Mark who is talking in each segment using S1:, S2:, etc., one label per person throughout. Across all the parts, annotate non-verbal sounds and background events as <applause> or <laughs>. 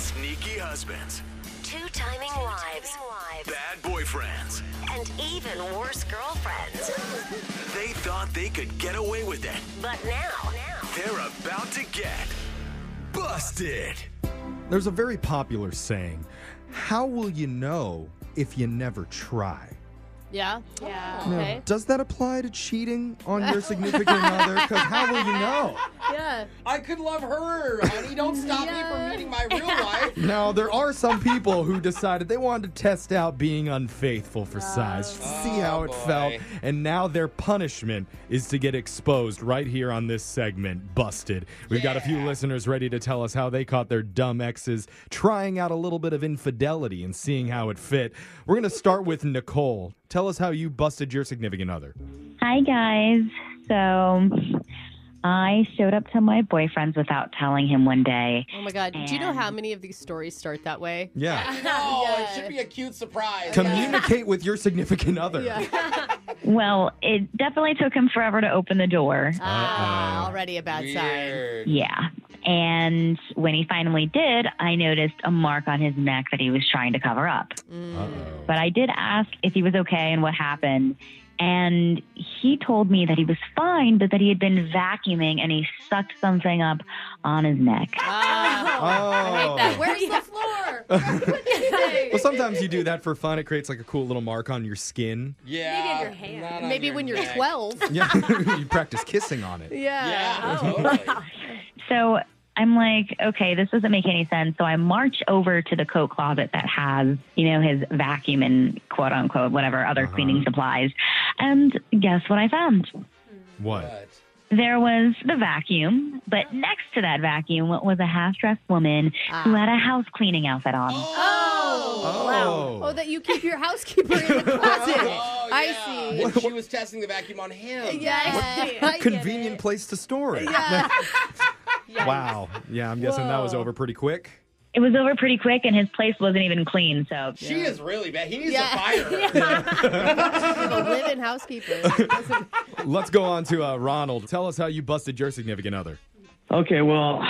S1: Sneaky husbands,
S2: Two timing wives.
S1: bad boyfriends.
S2: And even worse girlfriends.
S1: They thought they could get away with it.
S2: But now,
S1: They're about to get busted.
S3: There's a very popular saying How will you know if you never try?
S4: Yeah.
S5: Yeah.
S3: Now,
S4: Okay.
S3: does that apply to cheating on your significant other? Because how will you know?
S4: Yeah.
S6: I could love her, honey. Don't stop me from meeting my
S4: <laughs>
S6: real wife.
S3: Now, there are some people who decided they wanted to test out being unfaithful for size, just to see how
S6: Oh,
S3: it
S6: boy.
S3: felt, and now their punishment is to get exposed right here on this segment, Busted. We've got a few listeners ready to tell us how they caught their dumb exes trying out a little bit of infidelity and seeing how it fit. We're going to start with Nicole. Tell us how you busted your significant other.
S7: Hi, guys. So I showed up to my boyfriend's without telling him one day.
S4: Oh my God. Do you know
S7: And-
S4: how many of these stories start that way?
S3: Yeah.
S6: No,
S4: Yeah.
S6: it should be a cute surprise.
S3: Communicate with your significant other.
S7: Well, it definitely took him forever to open the door.
S4: Ah, already a bad
S6: <laughs>
S4: sign.
S6: Weird.
S7: Yeah. And when he finally did, I noticed a mark on his neck that he was trying to cover up.
S3: Uh-oh.
S7: But I did ask if he was okay and what happened. And he told me that he was fine, but that he had been vacuuming and he sucked something up on his neck.
S4: Ah,
S3: Oh.
S4: that. Where's the floor?
S3: Well, sometimes you do that for fun. It creates like a cool little mark on your skin.
S6: Yeah.
S5: Maybe on your hand.
S6: not on
S4: Maybe
S6: your
S4: when you're
S6: neck.
S4: 12.
S3: Yeah, <laughs> you practice kissing on it.
S6: Yeah.
S4: Oh. <laughs>
S6: totally.
S7: So I'm like, okay, this doesn't make any sense. So I march over to the coat closet that has, you know, his vacuum and quote unquote, whatever other cleaning supplies. And guess what I found?
S3: What?
S6: But
S7: There was the vacuum, but next to that vacuum was a half dressed woman who had a house cleaning outfit on.
S4: Oh.
S3: Oh.
S4: Oh, that you keep your housekeeper in <laughs> the closet.
S6: Oh,
S4: I
S6: yeah.
S4: see.
S6: And she was testing the vacuum on him.
S4: <laughs> Yeah.
S3: Convenient place to store it.
S4: <laughs>
S3: wow. Yeah, I'm guessing that was
S4: Whoa.
S3: over pretty quick.
S7: It was over pretty quick, and his place wasn't even clean. So
S6: She is really bad. He
S4: <laughs>
S6: needs
S4: Yeah.
S6: to fire her.
S4: A live-in <laughs> housekeeper. Doesn't-
S3: Let's go on to uh, Ronald. Tell us how you busted your significant other.
S8: Okay, well,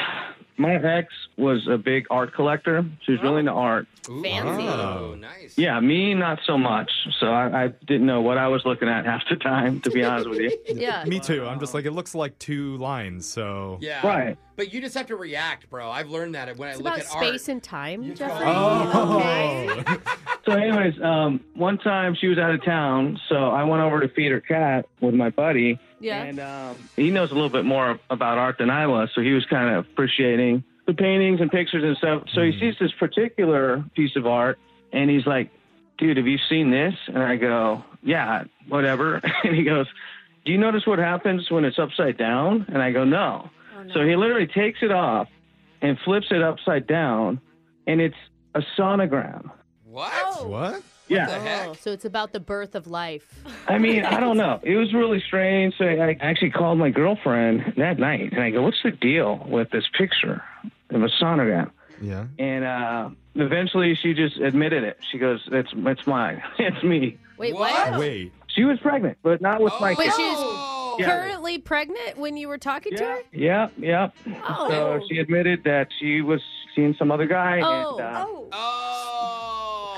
S8: my ex was a big art collector. She was really into art.
S4: Fancy.
S6: Oh, nice.
S8: Yeah, me not so much. So I, I didn't know what I was looking at <laughs> half the time, to be honest with you.
S4: Yeah.
S3: Me too. I'm just like, it looks like two lines, so.
S6: Yeah.
S8: Right.
S6: But you just have to react, bro. I've learned that when I
S4: It's
S6: look
S4: about
S6: at
S4: space
S6: art.
S4: and time,
S6: You
S4: Jeffrey.
S3: Oh.
S8: So, anyways, um, one time she was out of town, so I went over to feed her cat with my buddy.
S4: Yeah.
S8: And um, he knows a little bit more about art than I was, so he was kind of appreciating the paintings and pictures and stuff. So he sees this particular piece of art, and he's like, "Dude, have you seen this?" And I go, "Yeah, whatever." <laughs> And he goes, "Do you notice what happens when it's upside down?" And I go, "No." So he literally takes it off and flips it upside down, and it's a sonogram.
S6: What?
S3: <laughs>
S4: Oh.
S3: What?
S8: Yeah.
S6: the heck?
S4: So it's about the birth of life.
S8: I mean, I don't know. It was really strange. So I actually called my girlfriend that night, and I go, "What's the deal with this picture of a sonogram?"
S3: Yeah.
S8: And uh, eventually, she just admitted it. She goes, "It's it's mine. <laughs> it's me."
S4: Wait, what?
S6: What?
S3: Oh, Wait.
S8: She was pregnant, but not with my
S6: Oh,
S4: Wait,
S8: kid.
S4: she was
S6: oh.
S4: Currently pregnant when you were talking to
S8: Yeah,
S4: her?
S8: yeah, yeah. So she admitted that she was seeing some other guy.
S4: Oh.
S8: and, uh,
S5: Oh.
S6: Oh.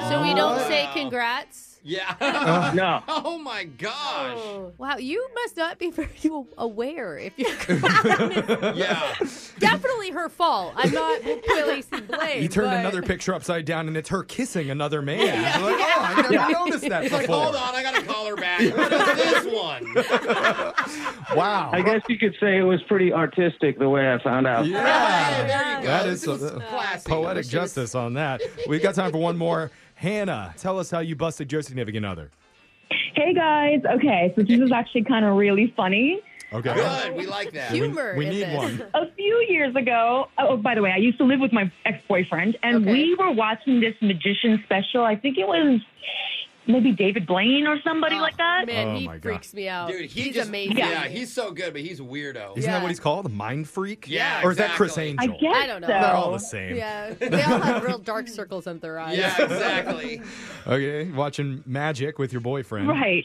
S4: So we don't
S6: Wow.
S4: say congrats.
S6: Yeah.
S8: No,
S6: <laughs> oh my
S4: Oh.
S6: gosh.
S4: Wow, you must not be <laughs> very aware if you
S6: <laughs> Yeah.
S4: definitely her fault. I'm not <laughs> placing blame.
S3: He turned
S4: but- <laughs>
S3: another picture upside down, and it's her kissing another man. It's like, oh, I never noticed that
S6: He's like,
S3: before.
S6: hold on, I gotta call
S3: <laughs>
S6: her back. What is this one?
S3: Wow.
S8: I guess you could say it was pretty artistic the way I found out.
S6: Hey,
S3: yeah.
S6: there you go.
S3: That is
S6: This
S3: so-
S6: was classy.
S3: Poetic justice on that. We've got time for one more. Hannah, tell us how you busted your significant other.
S9: Hey guys. Okay, so this is actually kind of really funny.
S3: Okay.
S6: Good. We like that.
S4: humor.
S3: We
S4: in
S3: need
S4: this.
S3: one.
S9: A few years ago, oh, by the way, I used to live with my ex boyfriend, and
S4: Okay.
S9: we were watching this magician special. I think it was maybe David Blaine or somebody like that.
S4: Man,
S3: Oh
S4: he
S3: my God.
S4: freaks me out.
S6: Dude, he
S4: he's
S6: just,
S4: amazing.
S6: Yeah, he's so good, but he's a weirdo.
S3: Isn't that
S4: Yeah.
S3: what he's called? A mind freak?
S6: Yeah,
S3: Or is that Chris
S6: exactly.
S9: I
S3: Angel?
S9: guess
S4: I don't know.
S9: so.
S3: They're all the same.
S4: Yeah, <laughs> they all have real dark circles under their eyes.
S3: <laughs>
S6: Yeah, exactly.
S3: Okay. Watching magic with your boyfriend.
S9: Right.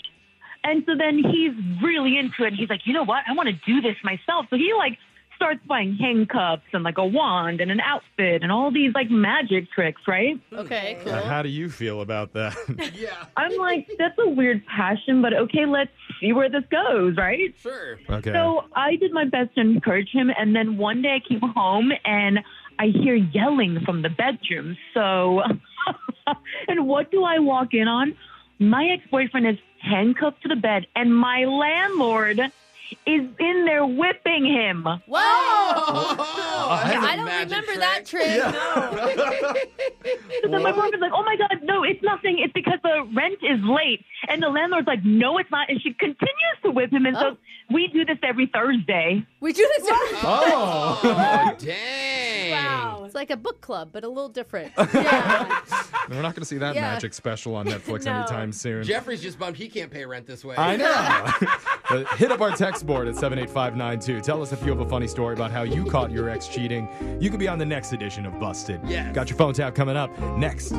S9: And so then he's really into it. He's like, you know what? I want to do this myself. So he like starts buying handcuffs and like a wand and an outfit and all these like magic tricks, right?
S4: <laughs> Okay,
S3: Now,
S4: <laughs> cool.
S3: Uh, how do you feel about that? <laughs>
S6: Yeah,
S9: I'm like, that's a weird passion, but okay, let's see where this goes, right?
S6: sure.
S3: okay.
S9: So I did my best to encourage him, and then one day I came home and I hear yelling from the bedroom. So, <laughs> and what do I walk in on? My ex boyfriend is handcuffed to the bed, and my landlord is in there whipping him.
S4: Whoa!
S6: Oh, that's a
S4: I don't
S6: magic
S4: remember
S6: trick.
S4: that trick. No.
S9: So then my boyfriend's like, "Oh my god, no, it's nothing. It's because the rent is late." And the landlord's like, "No, it's not." And she continues to whip him, and so we do this every Thursday.
S4: <laughs> We do this. every-
S3: oh,
S6: Oh, dang.
S4: <laughs> It's like a book club, but a little
S3: <laughs>
S4: different. Yeah.
S3: we're not going to see that
S4: Yeah.
S3: magic special on Netflix
S4: <laughs> No.
S3: anytime soon.
S6: Jeffrey's just bummed he can't pay rent this way.
S3: I know. <laughs> But Hit up our text board at 78592. Tell us if you have a funny story about how you caught your ex cheating. You could be on the next edition of Busted.
S6: Yes.
S3: Got your phone tap coming up next.